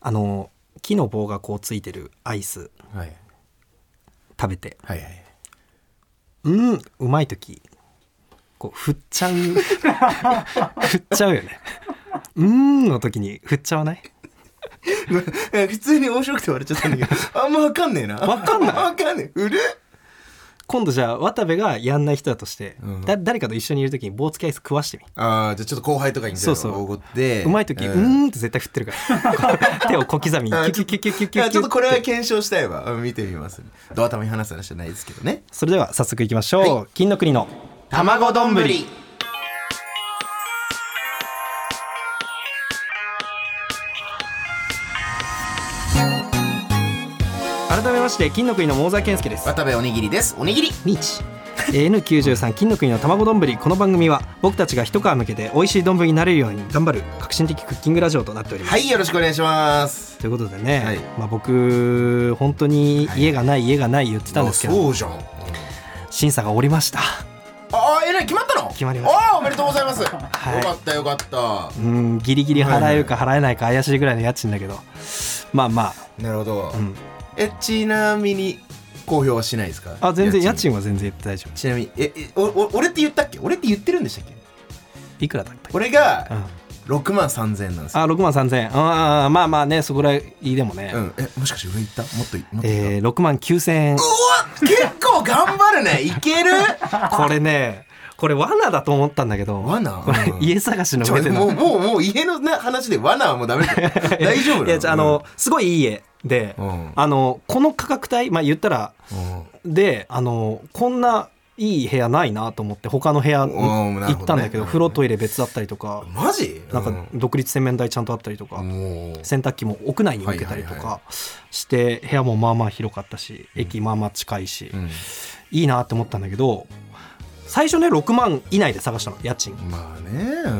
あの木の棒がこうついてるアイスはい食べてはいはいうんうまい時こう振っちゃう振っちゃうよねうーんの時に振っちゃわないえ普通に面白くて笑っちゃったんだけどあんま分かんねえなわかんない分かんねえうる今度じゃあ渡部がやんない人だとして、うんだ誰かと一緒にいる時に棒付きアイス食わしてみああじゃあちょっと後輩とかにそうそうおごってうまい時、うーんって絶対振ってるから手を小刻みにキュあキュキュキュキュいキュキュやってちょっとこれは検証したいわうん見てみますドア玉に話す話じゃないですけどねそれでは早速いきましょう、金の国の卵丼ぶり改めまして金の国の桃沢健介です渡部おにぎりですおにぎりミーチ N93 金の国の卵丼この番組は僕たちが一皮向けて美味しい丼になれるように頑張る革新的クッキングラジオとなっております、はいよろしくお願いしますということでね、はいまあ、僕本当に家がない家がない言ってたんですけど、あそうじゃん審査がおりましたああえらい決まったの決まりましたああおめでとうございます、いよかったよかったうんギリギリ払えるか払えないか怪しいぐらいの家賃だけどまあまなるほど、あ、うん、えちなみに公表はしないですかあ全然家賃は全然大丈夫ちなみにええおお俺って言ったっけ俺って言ってるんでしたっけいくらだったっけ、俺がうん、 6万3000円なんですよあ6万3000円あーまあまあねそこらいでもね、うん、えもしかして上行ったもっといもっといった、えー、6万9000円結構頑張るねいけ るこれねこれ罠だと思ったんだけど罠これうん家探しのち上ょでものうもうもう家のな話で罠はもうダメ だよ大丈夫なのいやじゃああの、すごいいい家で、うんあのこの価格帯まあ言ったらうんであのこんないい部屋ないなと思って他の部屋ーな行るほどねったんだけど風呂トイレ別だったりとか、マジなんか独立洗面台ちゃんとあったりとか、うんもう洗濯機も屋内に置けたりとはいはいかして、部屋もまあまあ広かったし駅まあまあ近いし、ういいなって思ったんだけど最初ね6万以内で探したの家賃んまあねう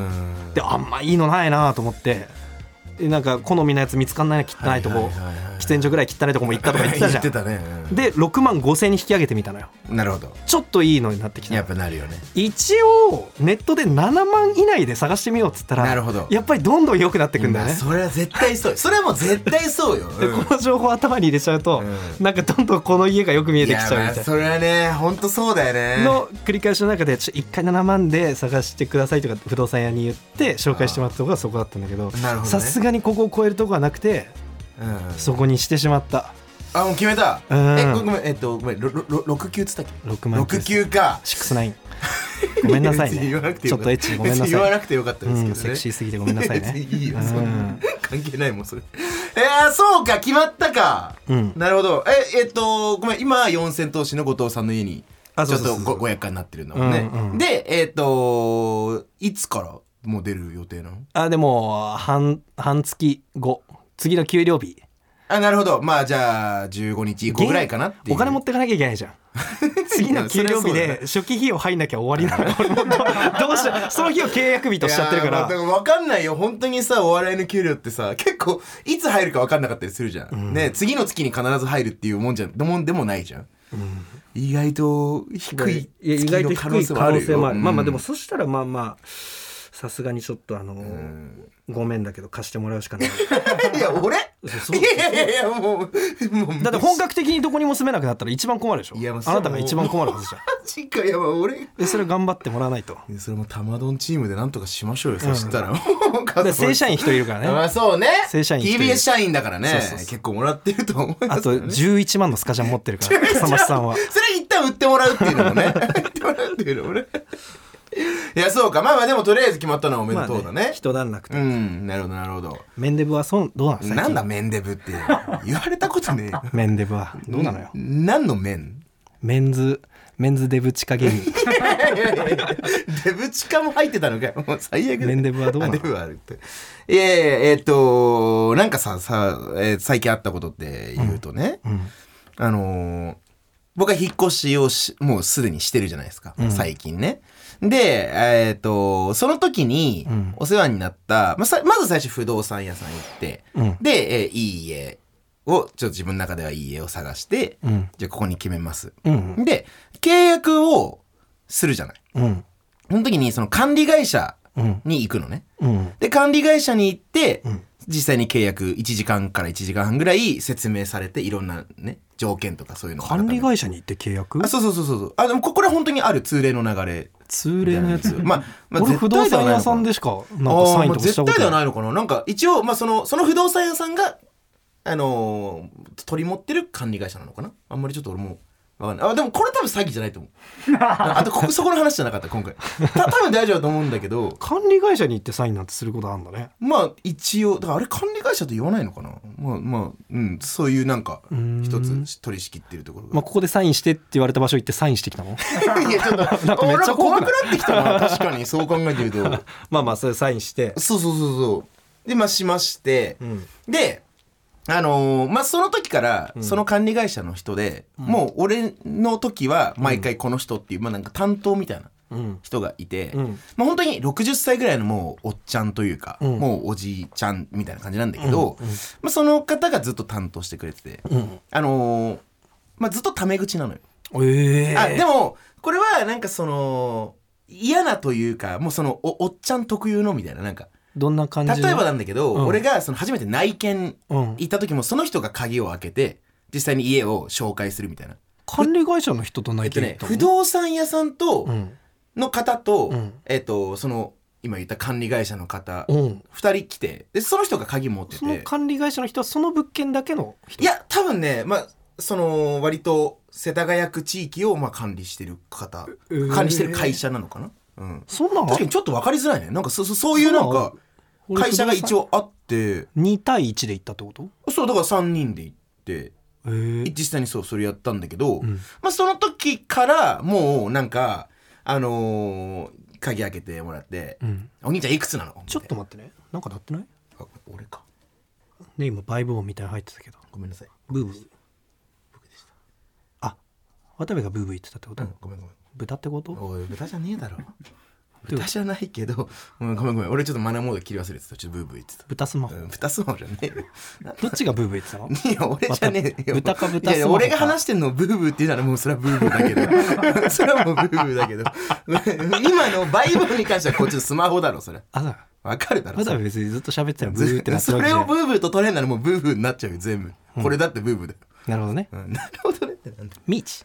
んであんまいいのないなと思ってでなんか好みのやつ見つかんないな汚いとこ、はははいはい喫煙所ぐらい汚いとこも行ったとか言ってたじゃん言ってたねうんで6万5000に引き上げてみたのよなるほどちょっといいのになってきやたっぱなるよね一応ネットで7万以内で探してみようっつったらなるほどやっぱりどんどん良くなってくんだよまあね、それは絶対そうそれはもう絶対そうよ、うんでこの情報頭に入れちゃうと、うなんかどんどんこの家がよく見えいてきやちゃうまみあたいそれはね本当そうだよなねの繰り返しの中でちょ一回7万で探してくださいとか不動産屋に言って紹介してもらったとこがそこだったんだけなどるほどねさすがにここを超えるとこはなくてうんそこにしてしまったあもう決めたうんえごめんえっとごめんろろろ六級っつったっけ6万六級かシックスナイン。ごめんなさい 別にね。言わなくてちよかょったとエッチごめんな別に言さわい。なくてよかったですけどね、うんセクシーすぎてごめんなさいね 別にいいようんそんな関係ないもんそれえー、そうか決まったか、うんなるほどええっとごめん今四千頭身の後藤さんの家にあちそょうっそうそうとごご厄介になってるんだもんね、うんうんでえっといつからもう出る予定なのあ、でも、半、半月後。次の給料日。あなるほどまあじゃあ15日以降ぐらいかなっていうお金持ってかなきゃいけないじ ゃん。次の給料日いやで初期費用入んなきゃ終わりなの。俺もうどうしよう。その日を契約日としちゃってるかいやーまあだら。から分かんないよ本当にさお笑いの給料ってさ結構いつ入るか分かんなかったりするじゃん、ね次の月に必ず入るっていうもんじゃもんでもないじゃん、意外と低いや月の可能性はあるようんそしたらまあまあ、さすがにちょっとあの、んごめんだけど貸してもらうしかない。いや俺いそうやいやいやもうもうだって本格的にどこにも住めなくなったら一番困るでしょ。いやまあそあれなはたが一番困るはずじゃん。マジかいやまあ俺でそれを頑張ってもらわないと。それも玉丼チームでなんとかしましょうよ、そしたらもう で正社員一人いるからまね。あそうね正社員一人 TBS 社員だからねそうそうそう結構もらってると思いますあと11万のスカジャン持ってる から、笠間さんは。それ一旦売ってもらうっていうの もね 売ってもらうっていうのもねいやそうかまあまあでもとりあえず決まったのはおめでとうだね,、一段落と。うんなるほどなるほどメンデブはそうどうなの最近なんだメンデブって言われたことねえよメンデブは。どうなのよ。何の麺メンズ、メンズデブ地下芸人。 デブチカも入ってたのかよ もう最悪だメンデブはどうなあのデブはあるっていやいやえーっとなんかささ、えー最近あったことって言うとね、うんあのー僕は引っ越しをし、もうすでにしてるじゃないですか。ん最近ね。で、えっ、と、その時にうんお世話になった、まあさまず最初不動産屋さん行って、うんで、えーいい家をちょっと自分の中ではいい家を探して、うんじゃあここに決めます。うんで、契約をするじゃない。うんその時にその管理会社うんに行くのね。うんで、管理会社に行って、うん実際に契約1時間から1時間半ぐらい説明されて、いろんなね、条件とかそういうのを管理会社に行って契約あ、そうそうそうそう。あ、でもここれは本当にある通例の流れ。通例のやつまあ、まあ、俺不動産屋さんででしかなんかサインとかした絶こ対とではないないのかななんか一応、まあ、そのその不動産屋さんが、あのー取り持ってる管理会社なのかなあんまりちょっと俺もわかんないあでもこれ多分詐欺じゃない と思うああとここそこの話じゃなかった今回た多分大丈夫だと思うんだけど管理会社に行ってサインなんてすることあるんだねまあ一応だからあれ管理会社と言わないのかなまあまあうんそういうなんかん一つ取り仕切ってるところがまあここでサインしてって言われた場所行ってサインしてき たのいやちょっと なんかめっちゃ怖くない俺もってきたな確かにそう考えてみるとまあまあそれサインしてそうそうそうそうでまあしまして、うんであのーまあその時からその管理会社の人で、もう俺の時は毎回この人っていう、まあなんか担当みたいなうん人がいて、うんまあ本当に60歳ぐらいのもうおっちゃんというか、うんもうおじいちゃんみたいな感じなんだけど、うんうんまあ、その方がずっと担当してくれてて、うんあのーまあずっとタメ口なのよ。ええあでもこれはなんかその嫌なというかもうそのおおっちゃん特有のみたいななんかどんな感例じえのばなんだけど、うん俺がその初めて内見うん行った時もその人が鍵を開けて実際に家を紹介するみたいな、管理会社の人とえ内っと見行ねっ、たの不動産屋さんとうんの方と、うんえっとその今言った管理会社の方、うん二2人来てでその人が鍵持ってそのて管理会社の人はその物件だけの人いや多分ねまあその割と世田谷区地域をまあ管理してる方えー管理してる会社なのかな、うん、そんなの確かにちょっと分かりづらいねなんかそそそういうなんか会社が一応あって2対1で行ったってことそうだから3人で行ってええ実際にそうそれやったんだけど、うんまあ、その時からもうなんかあのー鍵開けてもらってうん「お兄ちゃんいくつなの?」ちょっと待ってねなんか鳴ってないあ俺かね今バイブ音みたいなの入ってたけどごめんなさい、ブーブーあ渡部がブーブー言ってたってこと、うん、ごめんごめん豚ってことおい豚じゃねえだろ豚じゃないけど、うん、ごめんごめん俺ちょっとマナーモード切り忘れてたちょっとブーブー言ってた、豚スマホ、うん、豚スマホじゃねえよなんどっちがブーブー言ってたのいや俺じゃねえよ豚か豚いやいやスマホか俺が話してんのをブーブーって言うならもうそれはブーブーだけ どそれはもうブーブーだけど 今のバイブルに関してはこっちのスマホだろそれあだわかるだろ渡それ部別にずっと喋ってたらブーってなってるそわけれじゃをなブいーブーと取れんならもうブーブーになっちゃうよ全部、これだってブーブーだよ、なるほどねうん、なるほどねってなんだミーチ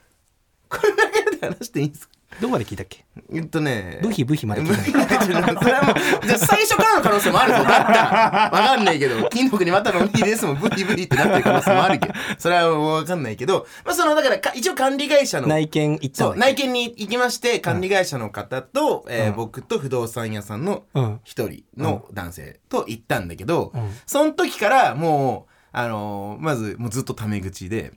これだけで話していいんですかどこまで聞いたっけ えっとねブヒブヒまで聞いブたヒまで聞いたそれはもうじゃあ最初からの可能性もあるぞだったらわかんないけど金の国またのおにぎりですもんブヒブヒってなってる可能性もあるけどそれはもうわかんないけどまあそのだからか一応管理会社の内見行ったそわうけ内見に行きまして管理会社の方と、えーうん僕と不動産屋さんのうん一人の男性と行ったんだけど、うんその時からもう、あのーまずもうずっとタメ口で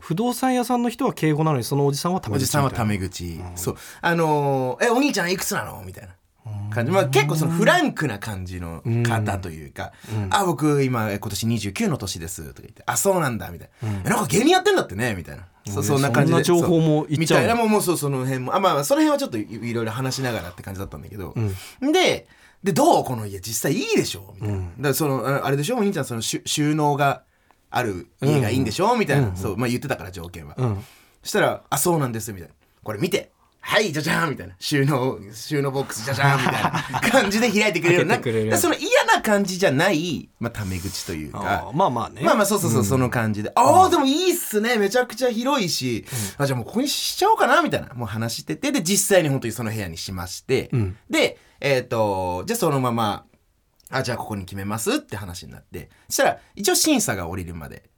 不動産屋さんの人は敬語なのにそのおじさんはためおじさんはタメ口、そうあのーえお兄ちゃんいくつなの?」みたいな感じ、まあ、結構そのフランクな感じの方というか「あ僕今今年29の年です」とか言って「あそうなんだ」みたいな、えなんか芸人やってんだってね」みたいな、そうんそんな感じでそんな情報もそう言っみちゃうたいなもうもうそうその辺もあまあその辺はちょっといいろいろ話しながらって感じだったんだけど、ででどうこの家実際いいでしょみたいな、だからそのああれでしょお兄ちゃんその収収納がある家がいいんでしょ、みたいな、そうまあ言ってたから条件は、んそしたら「あそうなんです」みたいな「これ見てはいじゃじゃーん」みたいな収納収納ボックスじゃじゃーんみたいな感じで開いてくれるようにな開けてくれるでその嫌な感じじゃない、まあ、タメ口というあかーまあまあねまあまあそうそうそう、その感じで「ああでもいいっすねめちゃくちゃ広いし、あじゃあもうここにしちゃおうかな」みたいなもう話しててで実際に本当にその部屋にしまして、んでえっ、とじゃあそのまま「あじゃあここに決めます」って話になってそしたら一応審査が降りるまで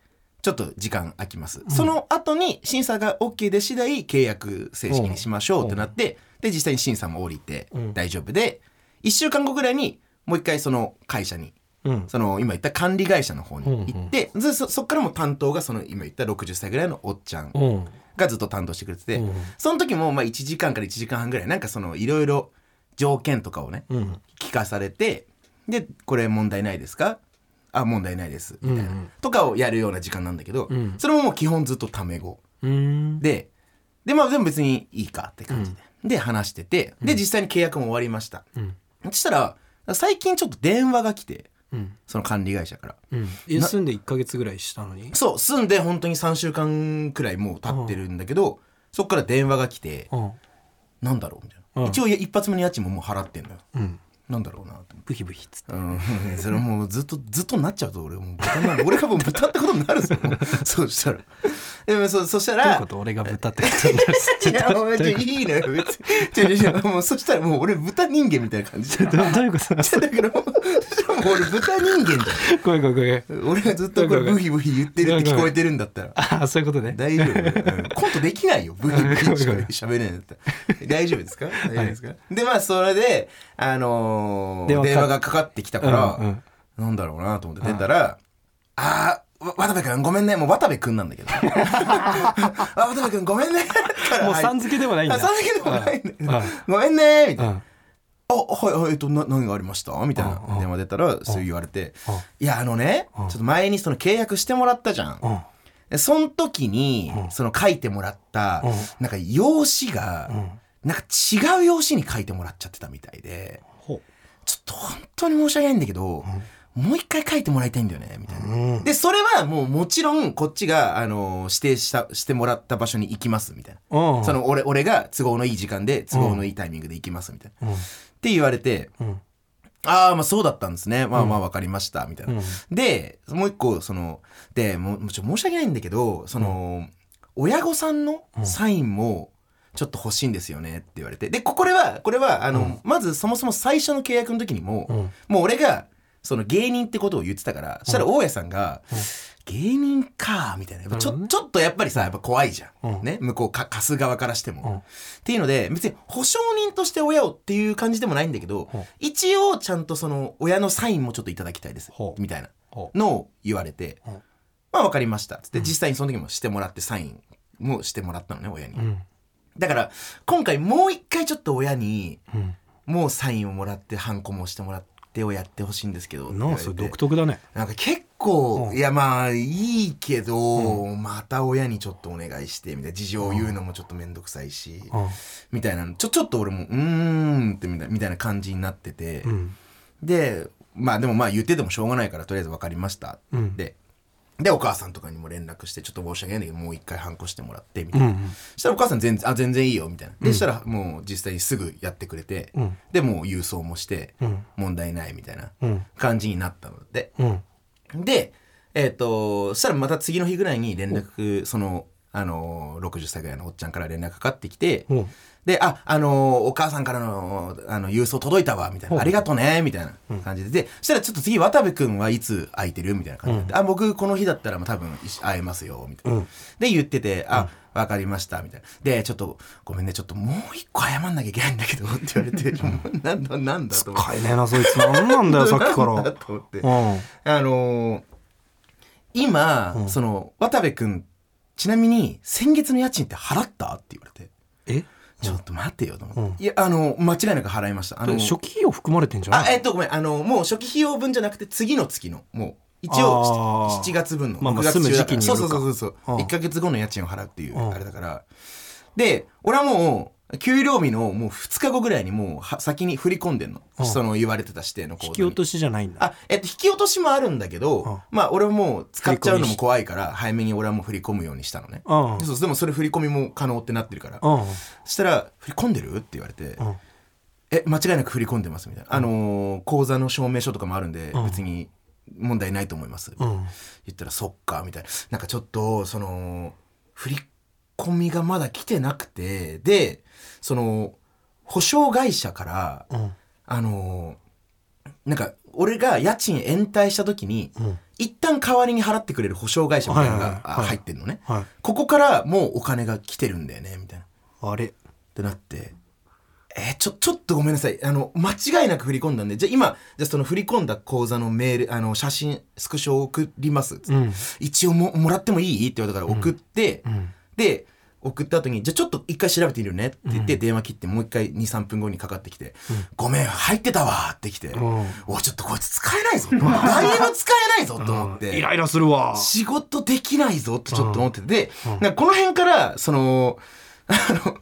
ちょっと時間空きます、その後に審査が OK で次第契約正式にしましょうってなって、で実際に審査も降りてん大丈夫で1週間後ぐらいにもう一回その会社にうんその今言った管理会社の方に行って、ずそそっからも担当がその今言った60歳ぐらいのおっちゃんうんがずっと担当してくれてて、うんその時もまあ1時間から1時間半ぐらいなんかそのいろいろ条件とかをね、うん聞かされてでこれ問題ないですかあ問題ないですみたいな、うんうんとかをやるような時間なんだけど、んそれももう基本ずっとタメ語うんででまあでも別にいいかって感じで、で話しててで実際に契約も終わりました、うんそしたら最近ちょっと電話が来て、うんその管理会社からうん、え住んで1か月ぐらいしたのにそう住んで本当に3週間くらいもう経ってるんだけどそっから電話が来てうんなんだろうみたいうんな一応一発目の家賃ももう払ってんのようんなんだろうなと思ってブヒブヒっつってうん、 それもうずっとずっとなっちゃうと俺もう豚になる俺がもう豚ってことになるぞ そうしたらでもそそしたどういうらこと俺が 豚ってことになるいやもう別にいいのよ別に違う違う違うもうそしたらもう俺豚人間みたいな感じだ どどういうことだからもうそしたらもう俺豚人間だよごめんごめんごめん俺がずっとこれブヒブヒ言ってるって聞こえてるんだったらああそういうことね大丈夫、 うんコントできないよブヒブヒしか喋れないんだったら大丈夫ですか大丈夫ですか、でまあそれであのー電電話話かがかかってきたから、うんうんなんだろうなと思って出たら、あー、わ渡部君ごめんね。もう渡部君なん だけど。あ、渡部君ごめんね。もうはいさん付けでもないんだあさん付けでもないんだうんうんごめんねみたいな。うんあ、はいはい、えっと、な何がありましたみたいうんうんな電話出たら、そう言われてうん、いや、あのね、ちょっと前にその契約してもらったじゃん。うんでその時にう、んその書いてもらったうん、なんか用紙が、なんか違う用紙に書いてもらっちゃってたみたいで、ほちょっと本当に申し訳ないんだけど、もう一回書いてもらいたいんだよね、みたいなう。うんで、それはもうもちろんこっちが、あのー指定した、してもらった場所に行きます、みたいうんな。その俺、俺が都合のいい時間で、都合のいいタイミングで行きます、みたいな。うんって言われて、うんああ、まあそうだったんですね。まあまあわかりました、みたいな。うんで、もう一個、その、で、もう、もうちょ申し訳ないんだけど、その、親御さんのサインも、ちょっと欲しいんですよねって言われて。で、ここれは、これは、あの、まずそもそも最初の契約の時にも、うんもう俺が、その芸人ってことを言ってたから、そしたら大家さんが、芸人か、みたいな。やっぱちなるょほどねちょっとやっぱりさ、やっぱ怖いじゃん。うんね。向こうか、貸す側からしても。うんっていうので、別に保証人として親をっていう感じでもないんだけどうん、一応ちゃんとその親のサインもちょっといただきたいですほ。うみたいなほうのを言われてうん、まあわかりました。つって実際にその時もしてもらってサインもしてもらったのね、親にう。んだから、今回もう一回ちょっと親に、うんもうサインをもらって、ハンコもしてもらってをやってほしいんですけど。って言なわあれそれて独特だねなんか結構、うんいやまあいいけど、また親にちょっとお願いしてみたいな事情を言うのもちょっと面倒くさいし、みたいなのちょちょっと俺もうーんってみたいなみたいな感じになってて、うんでまあでもまあ言っててもしょうがないからとりあえず分かりましたうっんて、でお母さんとかにも連絡してちょっと申し訳ないんだけどもう一回反抗してもらってみたういな、んそしたらお母さん全然あ全然いいよみたいなでしたらもう実際にすぐやってくれて、うんでもう郵送もしてうん問題ないみたいなうん感じになったので。うんで、えっ、と、そしたらまた次の日ぐらいに連絡、その、あのー、60歳ぐらいのおっちゃんから連絡かかってきて、うんで、あ、あのーお母さんからの、あの、郵送届いたわ、みたいほうな、ありがとうね、みたいな感じで、で、そしたらちょっと次、渡部くんはいつ空いてるみたいな感じで、あ、僕この日だったらまあ多分一緒会えますよ、みたいな。うんで、言ってて、あ、わかりました、みたいな。で、ちょっと、ごめんね、ちょっともう一個謝んなきゃいけないんだけど、って言われて、もうなんだ、なんだと思って。買えねえなそいつなんなん だよさっきかなんだらと思って。うんあのー今、うんその、渡部くん、ちなみに、先月の家賃って払ったって言われて、えちょっと待てよ、と思って。ういや、あの、間違いなく払いました。あの、初期費用含まれてんじゃあな、いえっと、ごめん、あの、もう初期費用分じゃなくて、次の月の、もう、一応、あー7月分の。まあまあ6月中だ住む時期からにそようるそかうそうそう。うん1ヶ月後の家賃を払うっていう、うんあれだから。で、俺はもう、給料日のもう2日後ぐらいにもうは先に振り込んでんの。うんその言われてた指定の口座に引き落としじゃないんだあ、えっと、引き落としもあるんだけど、うんまあ、俺はもう使っちゃうのも怖いから、早めに俺はもう振り込むようにしたのね。うんそうでもそれ振り込みも可能ってなってるから。うんそしたら、振り込んでるって言われて、うんえ、間違いなく振り込んでますみたいな。あのー口座の証明書とかもあるんで、うん別に問題ないと思います。うん言ったら、そっか、みたいな。なんかちょっと、その、振り込みがまだ来てなくて、で、その、保証会社から、うんあのーなんか、俺が家賃延滞した時に、うん一旦代わりに払ってくれる保証会社みたいなのはいはがいはいあ入ってるのね。はいここからもうお金が来てるんだよね、みたいな。っあれてなって、えーちょ、ちょっとごめんなさい。あの、間違いなく振り込んだんで、じゃあ今、じゃあその振り込んだ口座のメール、あの、写真、スクショを送ります。つってうん一応も、もらってもいいって言われたから送って、うんで、送った後に、じゃあちょっと一回調べてみるねって言って、電話切って、もう一回2、3分後にかかってきて、ごめん、入ってたわーってきて、うんおいちょっとこいつ使えない ぞ。だいぶ使えないぞと思っうんて。イライラするわ仕事できない ぞってちょっと思ってて、でなんかこの辺から、その、あの、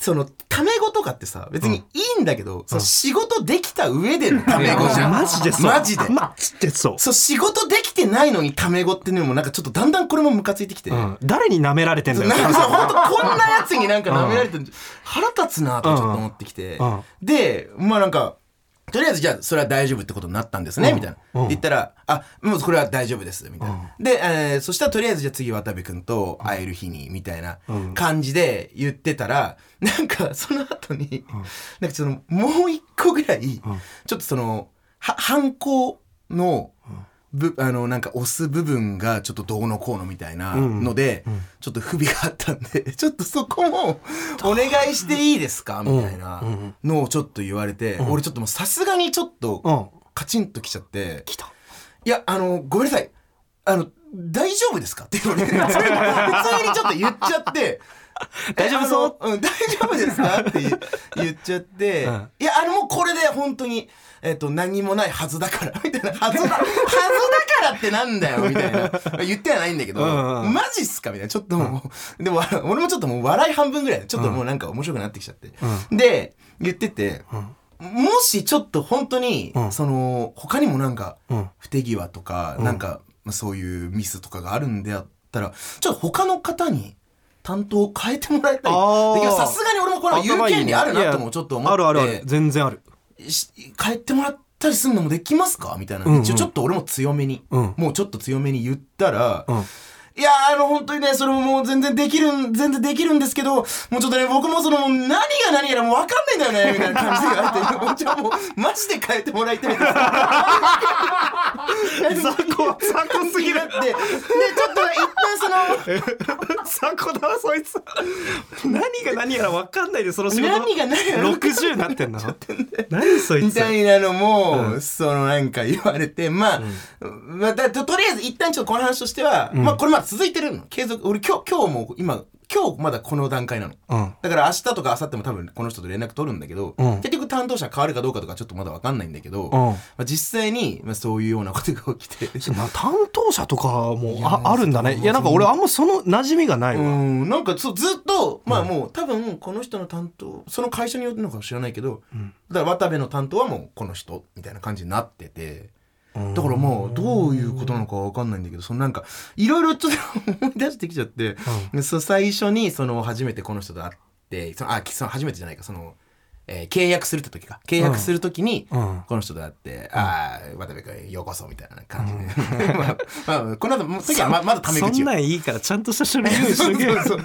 その、タメ語とかってさ、別にいいんだけど、その仕事できた上でのタメ語じゃん。 マジでそうマジで。マジでそうそう、仕事できてないのにタメ語っていうのもなんかちょっとだんだんこれもムカついてきて。うん、誰に舐められてんだよなんかさ、 ほんとこんなやつになんか舐められてる、腹立つなとちょっと思ってきて、うんで、まあなんか、とりあえずじゃあそれは大丈夫ってことになったんですね、うんみたいな。うんで言ったら、あ、もうこれは大丈夫です、みたいな。で、えーそしたらとりあえずじゃあ次渡部君と会える日に、みたいなうん感じで言ってたら、なんかその後に、なんかそのもう一個ぐらい、ちょっとその、は、反抗の、ぶあのなんか押す部分がちょっとどうのこうのみたいなので、ちょっと不備があったんでちょっとそこもお願いしていいですかみたいなのをちょっと言われて、俺ちょっともうさすがにちょっうとんカチンときちゃって来た「いやあのごめんなさいあの大丈夫ですか?」って言われて普通にちょっと言っちゃって。 大丈夫そうう、うん、大丈夫ですかって言言っちゃって、 うんいや、あれもうこれで本当に、えっ、と、何もないはずだから、みたいな、はずだ、はずだからってなんだよ、みたいな。言ってはないんだけど、うんうんマジっすかみたいな。ちょっともう、でも、あの俺もちょっともう笑い半分ぐらいで、ちょっともうなんか面白くなってきちゃって。で、言ってて、もしちょっと本当に、うんその、他にもなんか、うん不手際とか、なんか、まあそういうミスとかがあるんであったら、ちょっと他の方に担当を変えてもらいたい。あーでいやさすがに俺もこれは言う権利あるなともちょっと思って。あるあるある全然あるし変えてもらったりするのもできますかみたいな、うんうん一応ちょっと俺も強めに、うんもうちょっと強めに言ったら、うんいやーあの本当にねそれももう全然できるん全然できるんですけどもうちょっとね僕もそのもう何が何やらもう分かんないんだよねみたいな感じで言われてもうじゃあもうマジで変えてもらいたいです 雑魚雑魚すぎるだってでちょっと一旦その雑魚だわそいつ何が何やら分かんないでその仕事何が何やら60なってんの何そいみつたいなのも、そのなんか言われて、まあ、まあだととりあえず一旦ちょっとこの話としては、まあこれまだ続いてるの。継続、俺今日、今日も今、今日まだこの段階なの。うんだから明日とか明後日も多分この人と連絡取るんだけど、うん結局担当者変わるかどうかとかちょっとまだわかんないんだけど、うんまあ、実際に、まあ、そういうようなことが起きて。な担当者とかもあやあるんだねいやなんか俺あんまその馴染みがないわ、うん、なんかそうずっと、まあもう多分この人の担当、その会社によってのかも知らないけど、だから渡部の担当はもうこの人みたいな感じになってて、だからもうどういうことなのかわかんないんだけど、そのなんか、いろいろちょっと思い出してきちゃって、でそう最初にその初めてこの人と会って、そのあ、その初めてじゃないか、その、えー契約するって時か。契約する時に、うんこの人と会って、ああ、渡部君ようこそみたいな感じで。 まあ、まあ、この後、もう次はままだタメ口そよんなんいいからちゃんとした書類用意しそとう けそようそう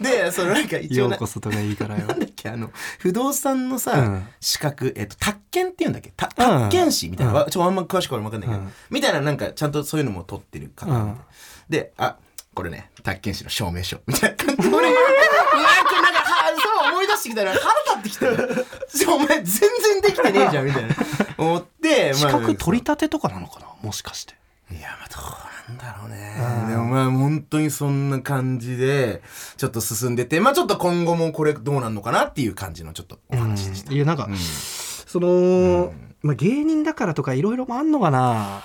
でそのなんか一よ応うなこそとかいいからよなんだっけあの不動産のさ、うん資格、えっと宅建っていうんだっけた宅建士みたいな、うんわちょあんま詳しくは分かんないけど、うんみたいななんかちゃんとそういうのも取ってる方、うんであこれね宅建士の証明書みたいな感じで俺うわこれなんかはそう思い出してきたら腹立ってきた よお前全然できてねえじゃんみたいな思って資まあ格取り立てとかなのかなもしかしていや、まあ、どうなんだろうね。でもまあ、本当にそんな感じで、ちょっと進んでて、まあちょっと今後もこれどうなんのかなっていう感じのちょっとお話でした。いやなんか、その、まあ、芸人だからとかいろいろもあんのかな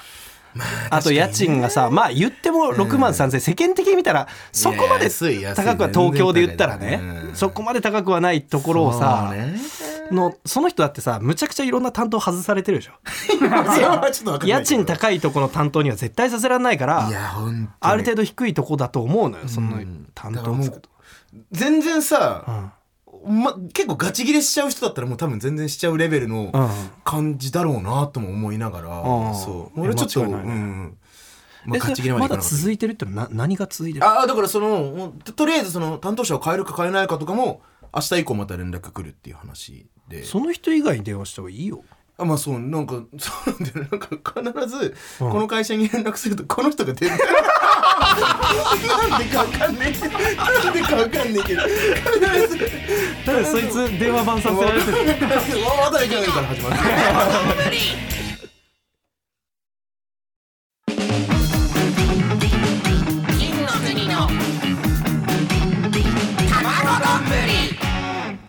あと家賃がさまあ言っても6万3千、世間的に見たらそこまいやで安い安い高くは東京で言ったらね全然高いねうんそこまで高くはないところをさそうねのその人だってさむちゃくちゃいろんな担当外されてるでしょそれはちょっとわかんない家けど賃高いとこの担当には絶対させられないからいや、本当にある程度低いとこだと思うのよその担だか当らもをうつくと、全然うさ、んま、結構ガチ切れしちゃう人だったらもう多分全然しちゃうレベルのうん感じだろうなとも思いながら、うんそう。俺ちょっと、間違いうないねん。まあ、えそれガチ切れまでまいかだなかった続いてるってのはな何が続いてるああだからそのととりあえずその担当者を変えるか変えないかとかも明日以降また連絡来るっていう話でその人以外に電話した方がいいよあまあそうなんか そうなんだよなんか必ずこの会社に連絡するとこの人が出るなんでかわかんねえけどなんでかわかんねえけど必ずだってそいつ電話番させられてるわ渡辺君から始まる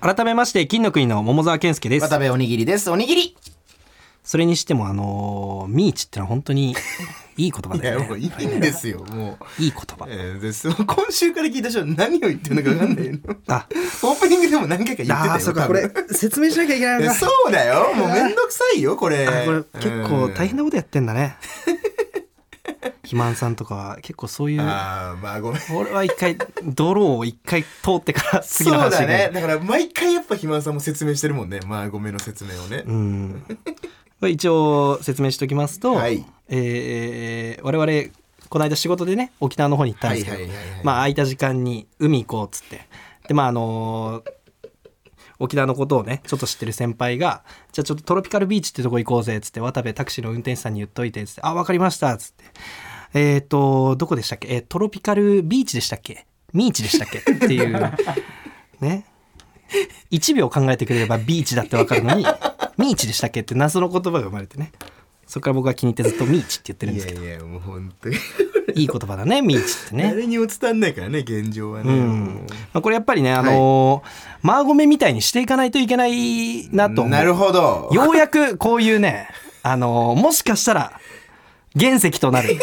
改めまして金の国の桃沢健介です渡辺おにぎりですおにぎり それにしてもあのーミーチってのは本当にいい言葉いだやよねもういいんですよもう。いい言葉えー、でその今週から聞いた人は何を言ってるのか分かん ないよねあオープニングでも何回か言ってたよあーそうか多こ分れ説明しなきゃいけないいのやかそうだよもうめんどくさいよこれあこれ結構大だ変なことやってんだ ね肥満さんとかは結構そういうああまあごめん俺は一回泥を一回通ってから次のそう話だにねだから毎回やっぱ肥満さんも説明してるもんねまあごめんの説明をね、うん、これ一応説明しておきますと、はいえー我々この間仕事でね沖縄の方に行ったんですけど、はいはいはいはいまあ空いた時間に海行こうっつってでまああのー沖縄のことをねちょっと知ってる先輩が「じゃあちょっとトロピカルビーチってとこ行こうぜ」っつって渡部タクシーの運転手さんに言っといてっつって「あ分かりました」っつって「えっ、とどこでしたっけ、えートロピカルビーチでしたっけミーチでしたっけ?」っていうね1秒考えてくれればビーチだって分かるの に「ミーチでしたっけ?」って謎の言葉が生まれてねそこから僕は気に入ってずっと「ミーチ」って言ってるんいですやけどいやもう本当に、いい言葉だね「ミーチ」ってね。誰にも伝わんないからね現状はね、うんまあ、これやっぱりね、あのーマーゴメみたいにしていかないといけないなと思うなるほどようやくこういうね、あのーもしかしたら原石と なる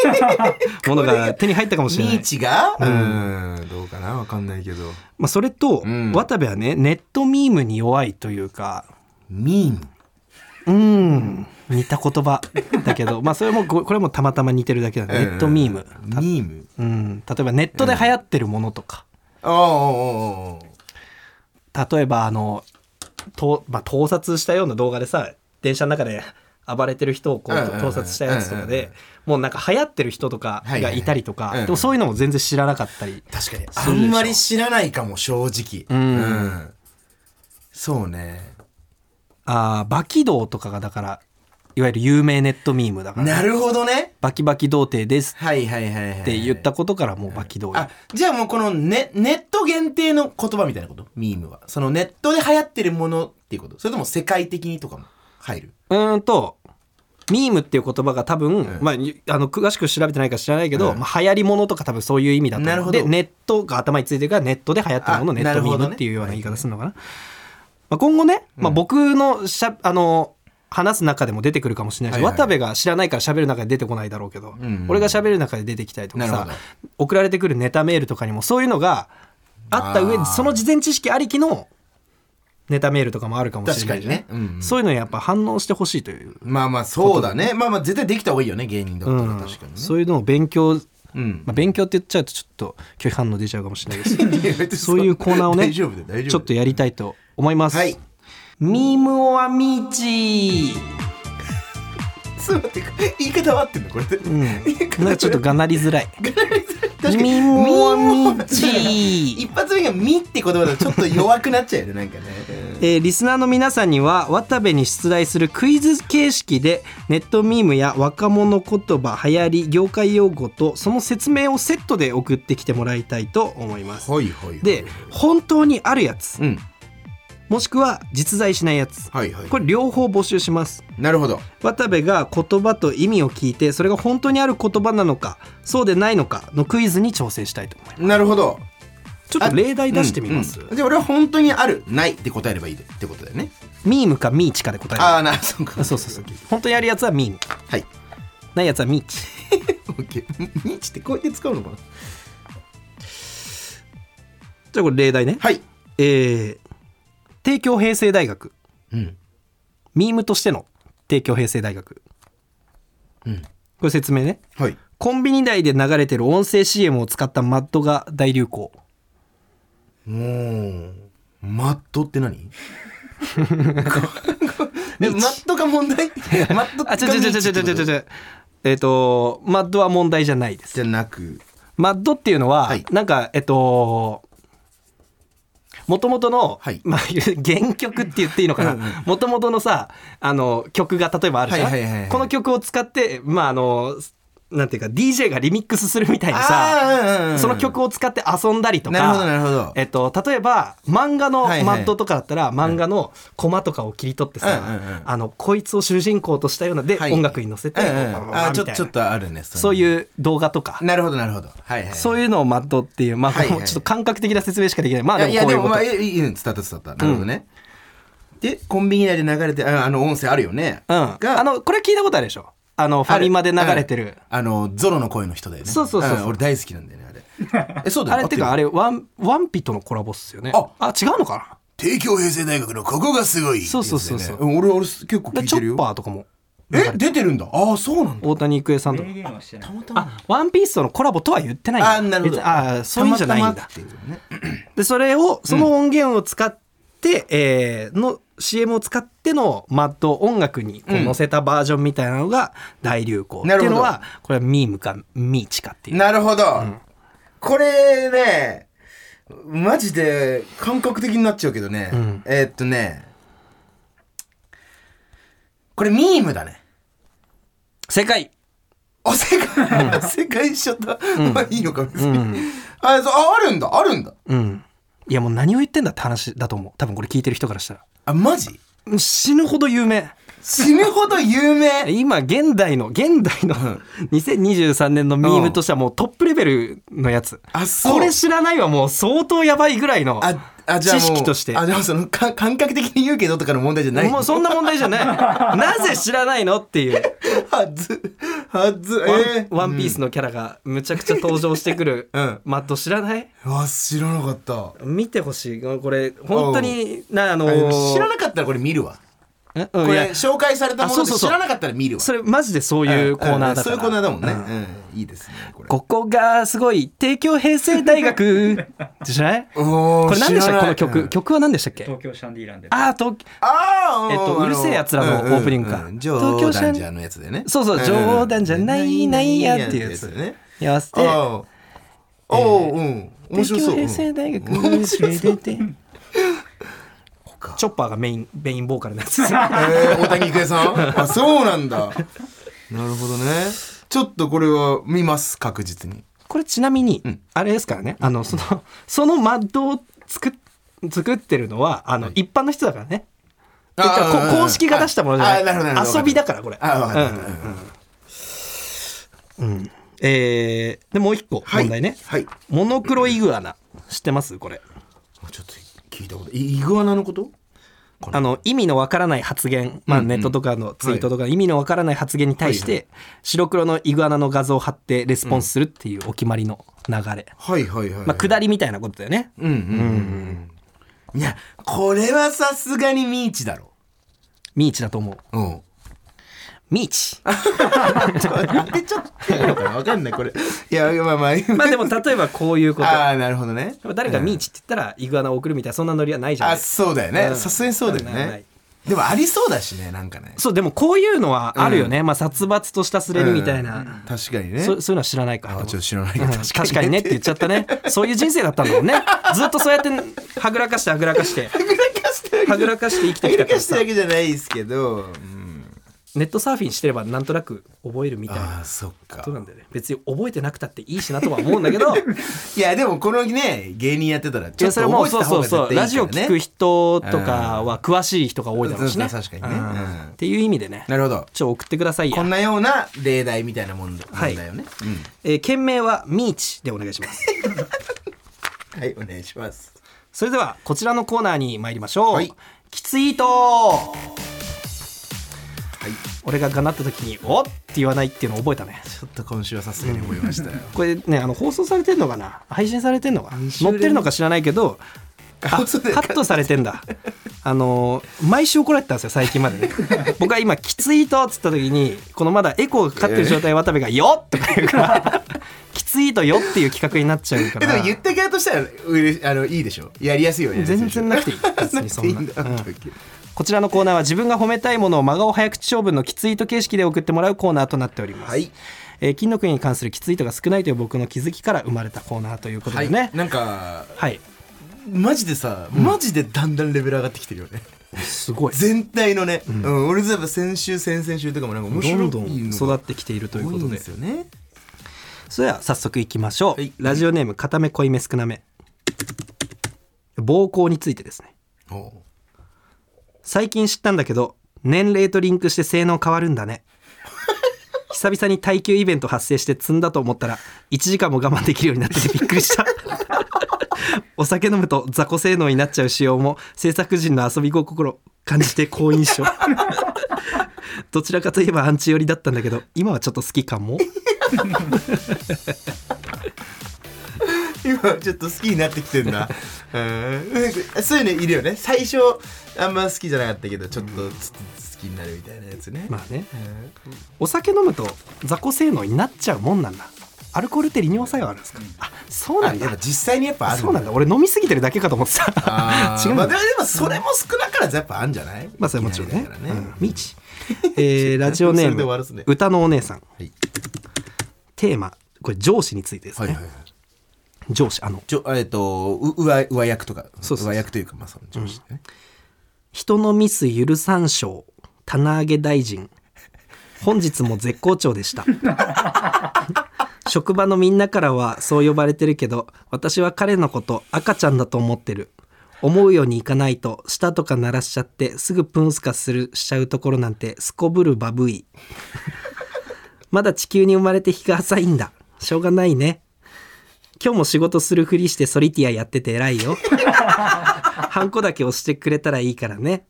ものが手に入ったかもしれなミいー、チがうん、どうかなわかんないけどまあ、それと、うん渡部はねネットミームに弱いというかミームうん似た言葉だけどまあそれもごこれもたまたま似てるだけなんで、ネットミーム、うんミームうん、例えばネットで流行ってるものとか、おおうおうおうおう例えばあのと、まあ、盗撮したような動画でさ電車の中で暴れてる人をこうんうんううん盗撮したやつとかうんうんでもうなんか流行ってる人とかがいたりとはいはいはかいでもそういうのも全然知らなかったり確かにすあるでしょんまり知らないかも正直うんそうねあーバキ童とかがだからいわゆる有名ネットミームだからなるほどねバキバキ童貞ですはいはいはいはい、はい、って言ったことからもうバキ童あじゃあもうこのネネット限定の言葉みたいなことミームはそのネットで流行ってるものっていうことそれとも世界的にとかも入るうーんとミームっていう言葉が多分、まあ、ゆあの詳しく調べてないか知らないけど、うんまあ、流行りものとか多分そういう意味だと思うなるほどでネットが頭についてるからネットで流行ってるものをあネットミーなるほどムねっていうような言い方するのかな、まあ、今後ね、まあ、僕のしゃあの話す中でも出てくるかもしれないし、はいはい渡部が知らないから喋る中で出てこないだろうけど、んうん俺が喋る中で出てきたりとかなるほさ送られてくるネタメールとかにもそういうのがあった上あでーその事前知識ありきのネタメールとかもあるかもしれないじゃん確かにねうんうんそういうのにやっぱ反応してほしいというまあまあそうだねまあまあ絶対できた方がいいよね芸人だったらうん確かにねそういうのを勉強、うんまあ、勉強って言っちゃうとちょっと拒否反応出ちゃうかもしれないですけどいや別にそういうコーナーをね大丈夫だよ大丈夫だよちょっとやりたいと思います。はいミームオアミーチちょっと待って言い方は合ってんのこれで、ー、 うん、なんかちょっとがなりづらい。確かにミームオアミーチー一発目が「み」って言葉だとちょっと弱くなっちゃうよねなんかねえーリスナーの皆さんには渡部に出題するクイズ形式でネットミームや若者言葉流行り業界用語とその説明をセットで送ってきてもらいたいと思いますはいはい、はい、で本当にあるやつうんもしくは実在しないやつはいはいこれ両方募集しますなるほど渡部が言葉と意味を聞いてそれが本当にある言葉なのかそうでないのかのクイズに挑戦したいと思いまなるほどすちょっと例題出してみます、うんうんじゃあ俺は本当にあるないって答えればいいってことだよねミームかミーチかで答えああなそうかるそうそうそう本当にあるやつはミームはいないやつはミーチオッ ケーミーチってこうやって使うのかなじゃあこれ例題ね。はいえー、帝京平成大学。うんミームとしての帝京平成大学。うんこれ説明ね。はいコンビニ内で流れてる音声 CM を使ったマッドが大流行。もうマットって 何えマットが問題 マットあ、がちょちょちょちょちょちょちょ。えっ、と、マッドは問題じゃないです。じゃなくマッドっていうのは、はいなんか、えっ、と、もともとの、はいまあ、原曲って言っていいのかなもともとのさあの曲が例えばあるじゃん、はいはいはいはいこの曲を使ってまああのなんていうか DJ がリミックスするみたいなさ、あその曲を使って遊んだりとなるほどなか。るほどえっと、例えば漫画のマはいはいッドとかだったら、漫画のコマとかを切り取ってさ、うんうんうんあのこいつを主人公としたようなで、はい音楽に乗せて、うんうバババんあバみちたょいなちょっとあるねそうういう動画とか、なるほどなるほどはいはいそういうのをマッドっていうまあ、はいはいもうちょっと感覚的な説明しかできないまあいでやもいこやでもまあういうことえいいうん伝わった伝わったなるほどね、でコンビニ内で流れてああの音声あるよね、うん、があのこれ聞いたことあるでしょあのファミマで流れてるあのゾロの声の人だよねそうそうそうそうん俺大好きなんだよねあれ えそうだあよれ合ってかあるれワンワンピとのコラボっすよねああ違うのか帝京平成大学のここがすごいそうそうそうそうってやつだよねん俺俺結構な聞でいチてョるッよパーとかもえ出てるんだああそうなんだ大谷育英さんとか名言はしてないたまたまあワンピースとのコラボとは言ってないんだあなるほど別にあーそういうんじゃないんだたまたまっていうねでそれをその音源を使って、えーの CM を使ってのマッド音楽にこううん載せたバージョンみたいなのが大流行ってなるいほどうのはこれはミームかミーチかっていうなるほど、これねマジで感覚的になっちゃうけどね、うんえーっとねこれミームだね世界あ世界、世界一緒だ、まあいいのか別に、うんあそうああるんだあるんだうんいやもう何を言ってんだって話だと思う多分これ聞いてる人からしたらあマジうん死ぬほど有名死ぬほど有名今現代の現代の2023年のミームとしてはもうトップレベルのやつあそうこれ知らないはもう相当やばいぐらいのああじゃあもう知識としてあでもそのか感覚的に言うけどとかの問題じゃないもうそんな問題じ ゃないなぜ知らないのっていうはずはずワン,、えー、ワンピースのキャラがむちゃくちゃ登場してくる、うんマット知らないあ知らなかった見てほしいこれ本当になあのあでもー知らなかったらこれ見るわえうんこれいや紹介されたものであそうそ知うそうらなかったら見るわそれマジでそういうコーナーだから、うんそういうコーナーだもんね、うんいいですねこれここがすごい帝京平成 大学知らないここれ何でしたっけこの曲、曲は何でしたっけ東京シャンディーランでああ東ああえっとうるせえ奴らのオープニングか東京東京シシャャンンジャーのやつだよねそうそうん冗談じゃないないやっていうやつだよねやわせてああおううん面白そう帝京平成大学うん面白そうて かチョッパーがメインメインボーカルの やつえー大谷育英さんあそうなんだなるほどねちょっとこれは見ます確実にこれちなみに、うんあれですからねあのそのそのマッドを作っ作ってるのはあの、一般の人だからねあー言ったらこうん公式が出したものじゃなあいーなるほどなるほど遊びだからこれあわかったうわかったんうんえーでもう一個はい問題ね、はいモノクロイグアナ知ってますこれちょっと聞いたことイイグアナのことあの意味のわからない発言、まあ、うんうんネットとかのツイートとかの意味のわからない発言に対して白黒のイグアナの画像を貼ってレスポンスするっていうお決まりの流れ、はいはいはいまあ、下りみたいなことだよねうんうんうんうんいやこれはさすがにミーチだろミーチだと思ううんミーチ当てちゃってるのかなわかんないこれ いやまあまあまあでも例えばこういう ことああなるほどね誰かミーチって言ったらイグアナを送るみたいなそんなノリはないじゃなあいそうだよねさすがにそうだよないないねでもありそうだしねなんかねそうでもこういうのはあるよね、まあ殺伐としたすれるみたいな、確かにねそそういうのは知らないかあちょっと知らないけうどん 確かにねって言っちゃったねそういう人生だったんだもんねずっとそうやってはぐらかしてはぐらかしてはぐらかしてはぐらかして生きてはぐきたらかからしてるさわけじゃないですけどうんネットサーフィンしてればなんとなく覚えるみたいなああそっかことなんだよね別に覚えてなくたっていいしなとは思うんだ けどいやでもこのね芸人やってたらいちょやっとそれはも覚うえてそうたそ方が絶対いいからうそうラねジオ聞く人とかは詳しい人が多いだろうしねうん確かにねううんんっていう意味でねなるほどちょ送ってくださいこやんなような例題みたいなもんだはい問題をね、えー件名はミーチでお願いします うんはいお願いしますそれではこちらのコーナーに参りましょう、はいきついとはい俺ががなった時に「おっ!」って言わないっていうのを覚えたねちょっと今週はさすがに覚えましたよこれねあの放送されてんのかな配信されてんのかな載ってるのか知らないけどあカ放送でットされてん だあの毎週怒られてたんですよ最近まで ね僕は今「きついと」っつった時にこのまだエコーがかかってる状態渡部が「よっ!」とか言う から「きついとよ」っていう企画になっちゃうか えでらも言った側としたらうれあのいいでしょやりやすいよね全然 なくていい別なにくそていいんなんだ、うんオッケーオッケーこちらのコーナーは自分が褒めたいものを真顔早口長文のきついと形式で送ってもらうコーナーとなっております、はいえー金の国に関するきついとが少ないという僕の気づきから生まれたコーナーということはでい、ね、なんかはい、マジでさマジでだんだんレベル上がってきてるよね、すごい全体のね、うん俺例えば先週先々週とかもなんか面白いどのんがどん育ってきているというこ多とんでですよねそれでは早速いきましょう、はいラジオネーム片目濃いめ少なめ暴行についてですねおう最近知ったんだけど年齢とリンクして性能変わるん だね久々に耐久イベント発生して積んだと思ったら1時間も我慢できるようになっててびっくりしたお酒飲むと雑魚性能になっちゃう仕様も制作陣の遊び心感じて好印象どちらかといえばアンチ寄りだったんだけど今はちょっと好きかも今ちょっと好きになってきてんだうんなんかそういうのいるよね最初あんま好きじゃなかったけどちょっとつつ好きになるみたいなやつね、まあねうんお酒飲むと雑魚性能になっちゃうもんなんだアルコールって利尿作用あるんですか、あそうなんあやっだぱ実際にやっぱあるそうなんだ俺飲みすぎてるだけかと思ってたあ 違違ううんまあだでもでもそれも少なからずやっぱあるんじゃないまあそれはもちろんねいきなりだからうんミーチ、えー ラジオネそれで終わらーすムね歌のお姉さん、いテーマこれ上司についてですね、はいはいはい上司あのちょえっ、とう上上役とかそうそうそう上役というかまあその上司ね、人のミス許さん賞棚上げ大臣本日も絶好調でした職場のみんなからはそう呼ばれてるけど私は彼のこと赤ちゃんだと思ってる思うようにいかないと舌とか鳴らしちゃってすぐプンスカするしちゃうところなんてすこぶるバブイまだ地球に生まれて日が浅いんだしょうがないね今日も仕事するふりしてソリティアやってて偉いよハンコだけ押してくれたらいいからね。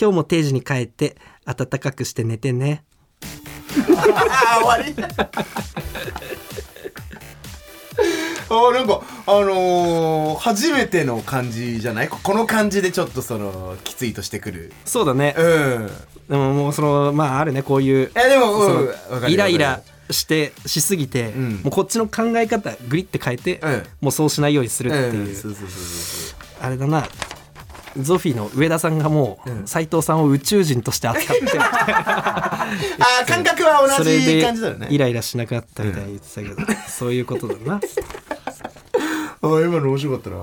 今日も定時に帰って暖かくして寝てね。あ あ終わりあーなんかあのー初めての感じじゃないここの感じでちょっとそのきついとしてくるそうだねう。んでももうそのまああるねこういうえでもそのうんわかるよイライラしてしすぎて、んもうこっちの考え方グリって変えて、うんもうそうしないようにするってういんう、そうそうそうそうあれだな。ゾフィーの上田さんがもう斎、藤さんを宇宙人として扱ってあー感覚は そ同れじで感じだよねイライラしなくなったみたいに言ってたけど、そういうことだなあー今の面白かったな、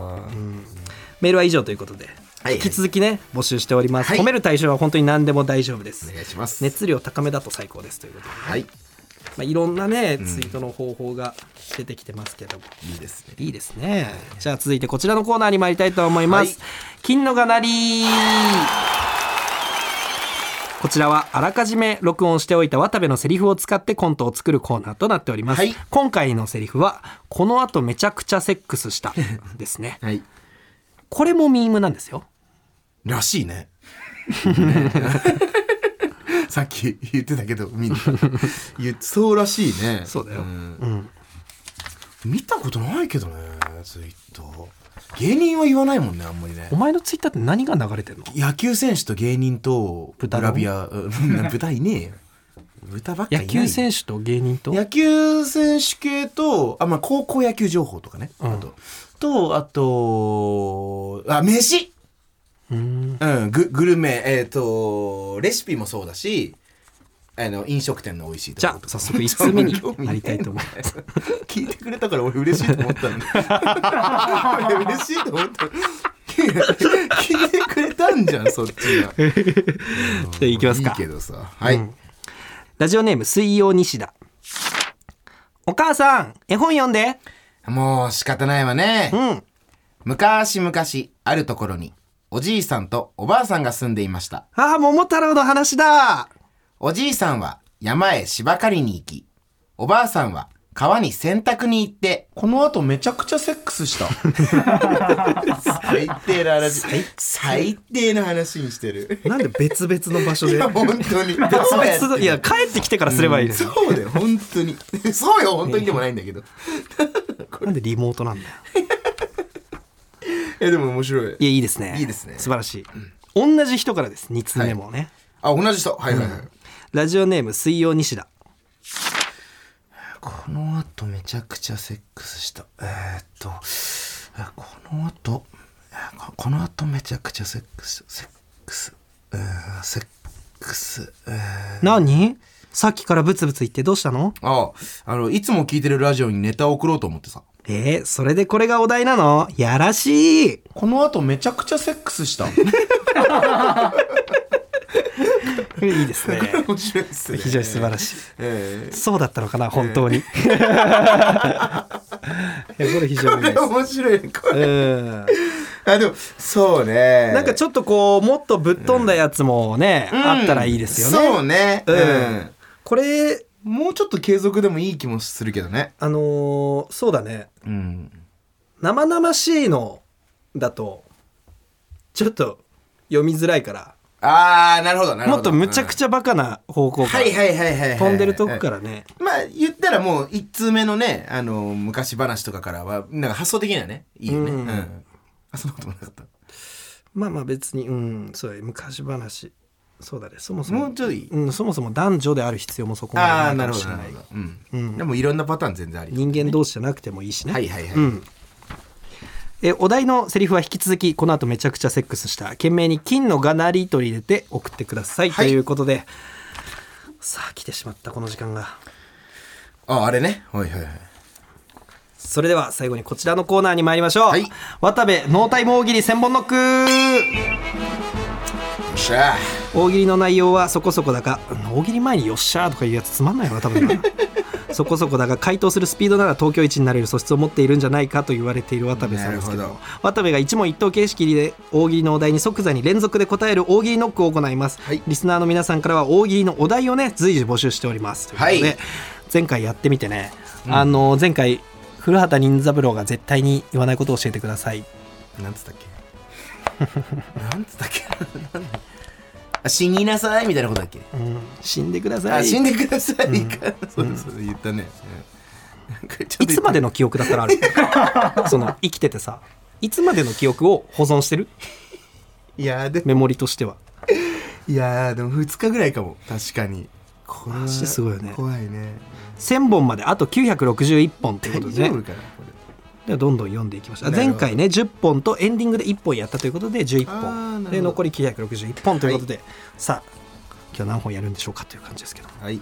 メールは以上ということで、はい引き続きね募集しております、はい褒める対象は本当に何でも大丈夫ですお願いします熱量高めだと最高ですということで、はいいまあ、いろんなねツイートの方法が出てきてますけども、いですねいいですねじゃあ続いてこちらのコーナーに参りたいと思います、は金のがなりこちらはあらかじめ録音しておいた渡部のセリフを使ってコントを作るコーナーとなっております、はい今回のセリフは「このあとめちゃくちゃセックスした」で すねはいこれもミームなんですよらしいね さっき言ってたけどみんな言ってそうらしいねそうだよん見たことないけどねツイッター芸人は言わないもんねあんまりねお前のツイッターって何が流れてんの野球選手と芸人と豚グのラビアうん豚いねえよ豚ばっかいない野球選手と芸人と野球選手系とあ、まあ、高校野球情報とかね、うんあととあとあ飯うんうん、ググルメ、えっ、と、レシピもそうだし、あの、飲食店の美味しいとじこゃろあとか。早速一通目になりたいと思います 聞いてくれたから俺嬉しいと思ったんだ。俺 嬉しいと思った。聞いてくれたんじゃん、そっちが。じゃあいきますかいいけどさ。はい。ラジオネーム水曜西田お母さん絵本読んでもう仕方ないわね。うん昔々、あるところに、おじいさんとおばあさんが住んでいました。ああ桃太郎の話だおじいさんは山へ芝刈りに行き、おばあさんは川に洗濯に行って、この後めちゃくちゃセックスした。最低な話。最低な話にしてる。なんで別々の場所いでや、本当に。別々のいや帰ってきてからすればいいのよそうだよ、本当に。そうよ、本当にでもないんだけど。いなんでリモートなんだよや、でも面白いい。やいいですねいいですね素晴らしい同じ人からです2通目もね、あ、同じ人。はいはいはい。ラジオネーム水曜西田この後めちゃくちゃセックスした。えー、っと、あこの後、あここの後めちゃくちゃセックス、セックス、うーんセックス、うーん何さっきからブツブツ言ってどうしたのああ、の、いつも聞いてるラジオにネタを送ろうと思ってさ。えー、それでこれがお題なのやらしい この後めちゃくちゃセックスした。いいですね。面白いっすね。非常に素晴らしい。えそうだったのかな、本 当に。いやこれ非え常にいいです。面白いね。これうんあ、でも、そうね。なんかちょっとこうもっとぶっ飛んだやつもね、うんあったらいいですよね。そうね。うんこれうん。もうちょっと継続でもいい気もするけどね。あのーそうだねうん。生々しいのだとちょっと読みづらいからああなるほどなるほもどっとむちゃくゃ、ちゃバカな方向うんかはいらはいはいはいはい、飛んでるとこからねまあ言ったらもう一通目のね、あの昔話とかからはなんか発想的にはねいいよね、ううんんあそんなこともなかったまあまあ別にうんそうだよ昔話そうだねそもそももうちょい、うん、そもそも男女である必要もそこあまあでなないるかもほどなしれなるいほど、うんうんでもいろんなパターン全然あり人間同士じゃなくてもいいしね、はいはいはい、うんえお題のセリフは引き続きこの後めちゃくちゃセックスした懸命に金のがなりと入れて送ってください、はいということでさあ来てしまったこの時間がああれねはいはいはいそれでは最後にこちらのコーナーに参りましょう、はい渡部ノータイム大喜利千本ノックよっしゃ大喜利の内容はそこそこだが大喜利前に「よっしゃ」とかいうやつつまんないわ 多分なそこそこだが回答するスピードなら東京一になれる素質を持っているんじゃないかと言われている渡部さんですけどなるほど渡部が一問一答形式で大喜利のお題に即座に連続で答える大喜利ノックを行います、はいリスナーの皆さんからは大喜利のお題をね随時募集しておりますということで、はい前回やってみてね、あの前回古畑任三郎が絶対に言わないことを教えてくださいなんつったっけ なんつったっけ なんだあ死になさいみたいなことだっけうん死んでくださあい死んでくださいか、そうそう言ったね、うんなんかちょっといつまでの記憶だったらあ るその生きててさいつまでの記憶を保存してるいやでもメモリとしてはいやーでも2日ぐらいかも確かにこれはマジですごいよね怖いね1000本まであと961本ってこ大と丈でね夫かなこれではどんどん読んでいきましたなるほど前回ね10本とエンディングで1本やったということで11あーなるほ本どで残り961本ということで、さあ今日何本やるんでしょうかという感じですけどはい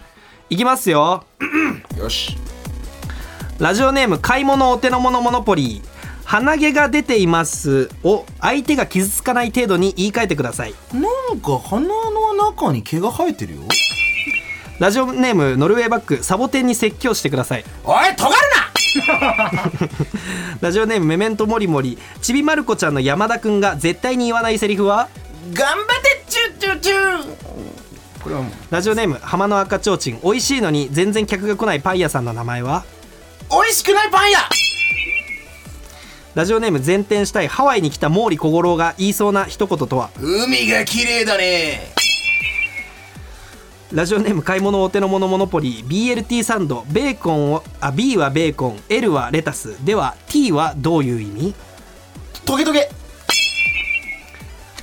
いきますよよしラジオネーム買い物お手の物モノポリー鼻毛が出ていますを相手が傷つかない程度に言い換えてくださいなんか鼻の中に毛が生えてるよラジオネームノルウェーバックサボテンに説教してくださいおい尖る ラジオネームメメントモリモリちびまる子ちゃんの山田くんが絶対に言わないセリフなは頑張ってチューチューチューこれはもうラジオネーム浜の赤ちょうちん美味しいのに全然客が来ないパン屋さんの名前は美味しくないパン屋ラジオネーム前転したいハワイに来た毛利小五郎が言いそうな一言とは海が綺麗だねラジオネーム買い物お手の物モノポリー BLT サンドベーコンをあ B はベーコン L はレタスでは T はどういう意味トゲトゲ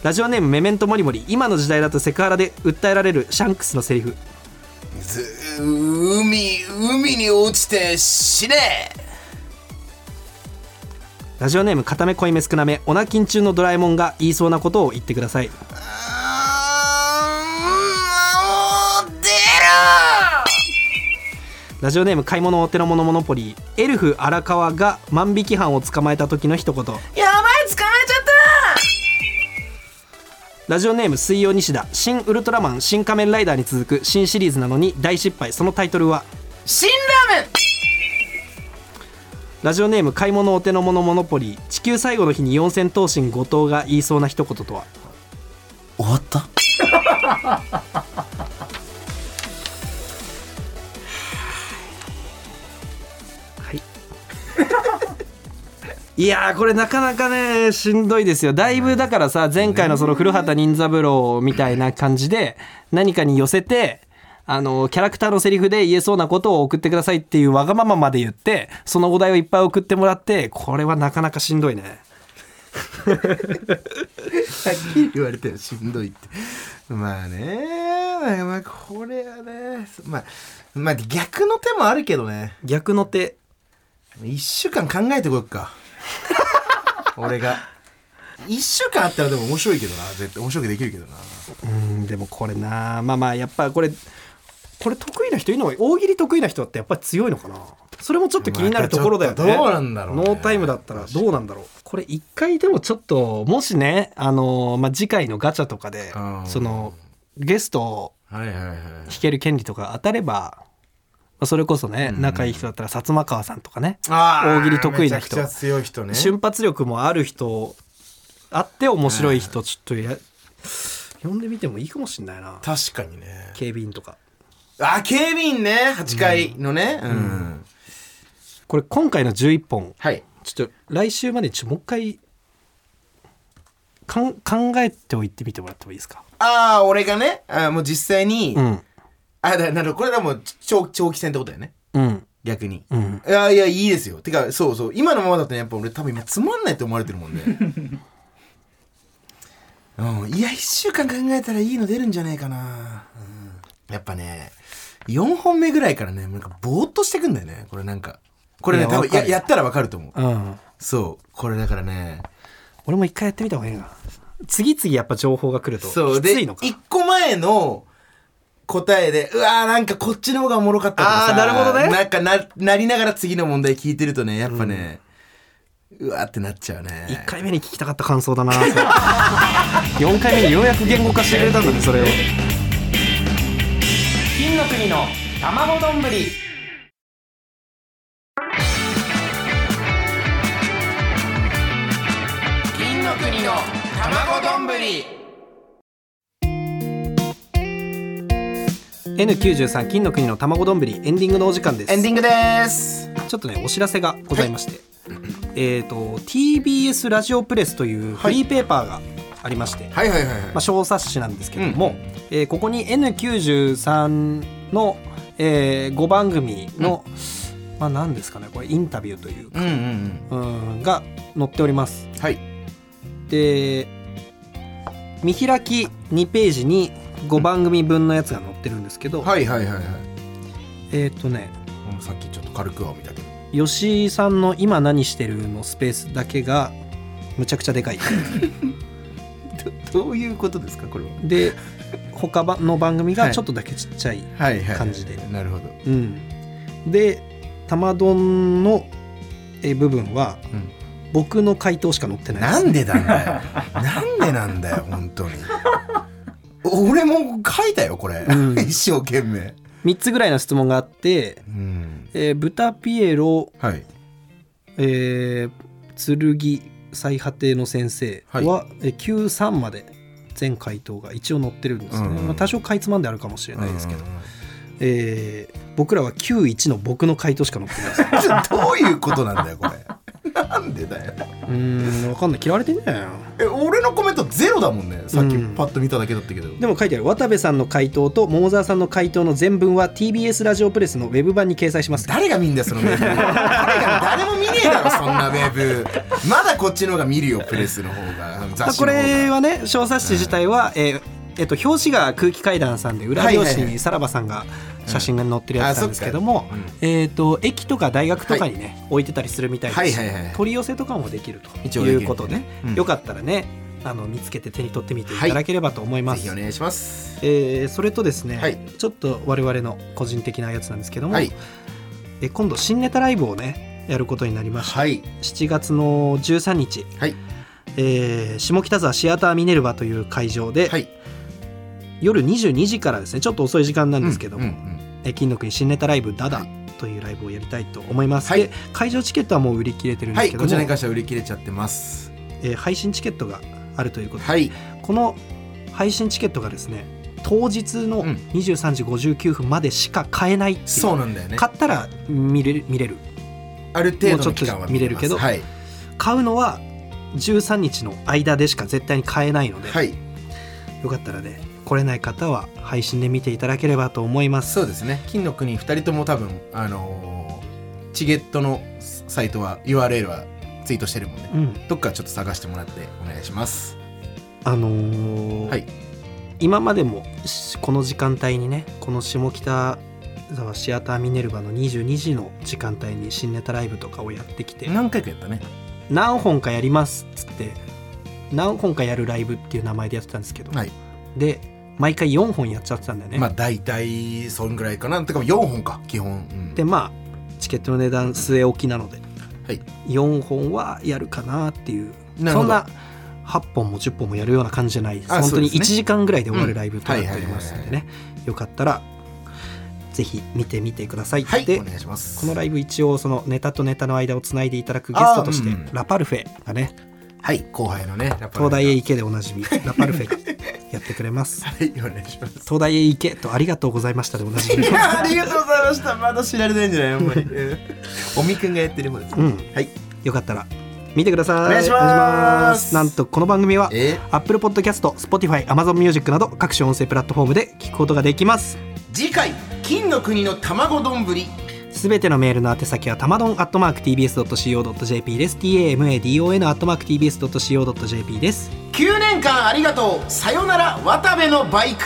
ラジオネームメメントモリモリ今の時代だとセクハラで訴えられるシャンクスのセリフず海海に落ちて死ねラジオネーム固め濃いめ少なめオナキン中のドラえもんが言いそうなことを言ってくださいあーもう出ろラジオネーム買い物お手の物モノポリーエルフ荒川が万引き犯を捕まえた時の一言やばい捕まえちゃっラジオネーム水曜西田新ウルトラマン新仮面ライダーに続く新シリーズなのに大失敗そのタイトルはた辛ラーメンラジオネーム買い物お手の物モノポリー地球最後の日に四千頭身後藤が言いそうな一言とは終わったはい。いやーこれなかなかねしんどいですよだいぶだからさ前回のその古畑任三郎みたいな感じで何かに寄せてあのキャラクターのセリフで言えそうなことを送ってくださいっていうわがまままで言ってそのお題をいっぱい送ってもらってこれはなかなかしんどいねはっきり言われてしんどいってまあねまあまあこれはねまあまあ逆の手もあるけどね逆の手1週間考えてこよっ か俺が1週間あったらでも面白いけどな絶対面白くできるけどなうんでもこれなまあまあやっぱこれこれ得意な人いるのが大喜利得意な人ってやっぱり強いのかなそれもちょっと気になるところだよねまたちょっとどうなんだろうねノータイムだったらどうなんだろうこれ一回でもちょっともしねあのー、まあ、次回のガチャとかでうんそのゲストをはいはいはい引ける権利とか当たれば、まあ、それこそね仲いい人だったら薩摩川さんとかねあー大喜利得意な人めちゃくちゃ強い人ね瞬発力もある人あって面白い人ちょっとや呼んでみてもいいかもしんないな確かにね警備員とか。あ警備員ね8階のねうん、これ今回の11本はいちょっと来週までちょもう一回かん考えておいてみてもらってもいいですかああ、俺がね、あーもう実際に、うんあ、だなるほど、これはもう長長期戦ってことだよね。うん逆に。うんいやいや、いいですよ。てか、そうそう。今のままだとね、やっぱ俺多分今つまんないと思われてるもんね。 うん。いや、一週間考えたらいいの出るんじゃないかな。うん。やっぱね、4本目ぐらいからね、なんかぼーっとしてくんだよね。これなんか。これいね、や多分わかるややったらわかると思う。うんそう。これだからね。俺も一回やってみた方がいいな次々やっぱ情報が来るとそう。きつで、いのか1個前の答えで、うわーなんかこっちの方がおもろかったとかさあーなるほどねなんかな、なりながら次の問題聞いてるとね、やっぱね、うわーってなっちゃうね。 1回目に聞きたかった感想だ な4回目にようやく言語化してくれたんだねそれを金の国の卵丼ぶり。金の国の卵丼ぶり。 N93 金の国の卵丼エンディングのお時間ですエンディングです。ちょっとねお知らせがございまして、えっ、と TBS ラジオプレスというフリーペーパーがありまして、はいはいはいはい。まあ、小冊子なんですけども、うんえーここに N93 の、え5番組の、まあ、何ですかねこれインタビューというか、うんうんうん。うん、が載っております。はい。で見開き2ページに5番組分のやつが載ってるんですけど、はいはいはいはい。えっ、とねうんさっきちょっと軽くは見たけど。吉井さんの「今何してる?」のスペースだけがむちゃくちゃ でかい どういうことですかこれは。で他ばの番組はがいちょっとだけちっちゃい、はいはい。感じでなるほど。うん、で玉丼のえ部分はうん僕の回答しか載ってないでなすんでなんだよ。なんでなんだ よ本当に。俺も書いたよこれ。う ん一生懸命。 3つぐらいの質問があってうん「えー豚ピエロ」はい。えー、剣最果ての先生は、はえー93まで全回答が一応載ってるんですね、うんうんまあ、多少かいつまんであるかもしれないですけど、うんうんうんえー僕らは91の僕の回答しか載ってな いですちょどういうことなんだよこれ なんでだようーんわかんない嫌われてんじゃないのえ俺のコメントゼロだもんねさっきうんパッと見ただけだったけど、でも書いてある渡部さんの回答と桃沢さんの回答の全文は TBS ラジオプレスのウェブ版に掲載します誰が見んだよそのウェブ誰が誰も見ねえだろそんなウェブまだこっちの方が見るよプレスの方がまあ雑誌この方がれはね小冊子自体は、えーえっと、表紙が空気階段さんで裏表はい紙はいはにさらばさんが写真が載ってるやつなんですけども、うんあそっかえっと駅とか大学とかにね、置いてたりするみたいですし、はいはいはい取り寄せとかもできると一応できるいうことで、うんよかったらねあの見つけて手に取ってみていただければと思いまぜす、ひお願いしますえーそれとですね、はいちょっと我々の個人的なやつなんですけども、はいえ今度新ネタライブをねやることになりました、はい7月の13日、はいえー下北沢シアターミネルヴァという会場で、はい夜22時からですねちょっと遅い時間なんですけどうんも、うんうんえ金の国新ネタライブ「ダダは」というライブをやりたいと思います、はいで会場チケットはもう売り切れてるんではすいけどこも、ちらに関しては売り切れちゃってますえー配信チケットがあるということで、はいこの配信チケットがですね当日のうん23時59分までしか買えないっていう、そうなんだよね買ったら見れる見れるある程度の期間もうちょっはと見れるけどはい買うのは13日の間でしか絶対に買えないので、はいよかったらね来れない方は配信で見ていただければと思いますそうですね金の国2人とも多分あのーチゲットのサイトは URL はツイートしてるもんねうんどっかちょっと探してもらってお願いしますあのーはい今までもしこの時間帯にねこの下北沢シアターミネルヴァの22時の時間帯に新ネタライブとかをやってきて何回かやったね何本かやりますっつって何本かやるライブっていう名前でやってたんですけど、はいで毎回4本やっちゃってたんだよね、まあ大体そんぐらいかなてか4本か基本、うんでまあチケットの値段据え置きなので、はい4本はやるかなっていうなるそほんどな8本も10本もやるような感じじゃないですあ本当にそうです1ね時間ぐらいで終わうるんライブとなっておりますのではいはねよかったらぜひ見てみてください、はいでお願いしますこのライブ一応そのネタとネタの間をつないでいただくゲストとしてあーうんラパルフェがねはい後輩のねラッパーの東大へ行けでおなじみラパルフェがやってくれます はいお願いします東大へ行けとありがとうございましたでおなじい みやありがとうございましたまだ知られてないんじゃないあんまりおみくんがやってる方ですうねんはいよかったら見てくださいお願いしますお願いしますなんとこの番組はえ Apple Podcast、Spotify、Amazon Music など各種音声プラットフォームで聞くことができます次回金の国の卵丼ぶりすべてのメールの宛先はたまどん @tbs.co.jp です tamadon @tbs.co.jp です9年間ありがとうさよなら渡部のバイク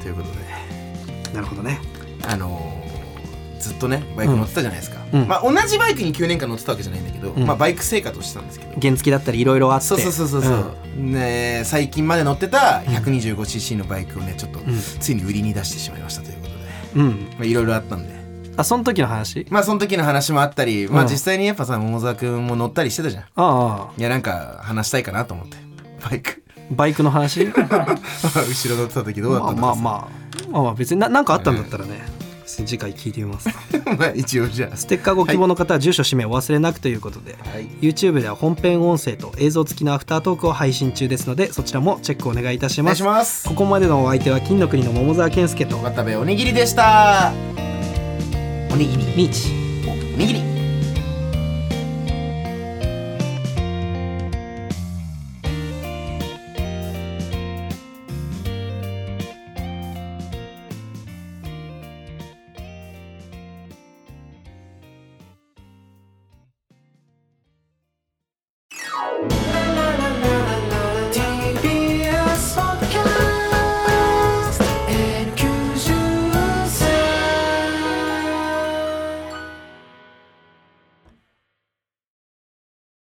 ということでなるほどねあのーずっとねバイク乗ってたじゃないですか、うんうんまあ、同じバイクに9年間乗ってたわけじゃないんだけど、んまあ、バイク生活をしてたんですけど、原付だったりいろいろあってそうそうそうそうそう、ねえ最近まで乗ってた 125cc のバイクをねちょっと、んついに売りに出してしまいましたということでうん、うん、まあいろいろあったんであその時の話まあその時の話もあったり、まあ、うん実際にやっぱさ桃沢君も乗ったりしてたじゃんああいやなんか話したいかなと思ってバイク バイクの話後ろ乗ってた時どうだっまたあのまあまあまあまあ別にななんかあったんだったらね、次回聞いてみますまあ まあ一応じゃあステッカーご希望の方は住所氏名をお忘れなくということで、はい YouTube では本編音声と映像付きのアフタートークを配信中ですのでそちらもチェックお願いいたしおま願いすしますここまでのお相手は金の国の桃沢健介と渡部おにぎりでしたおにぎりミーチおにぎり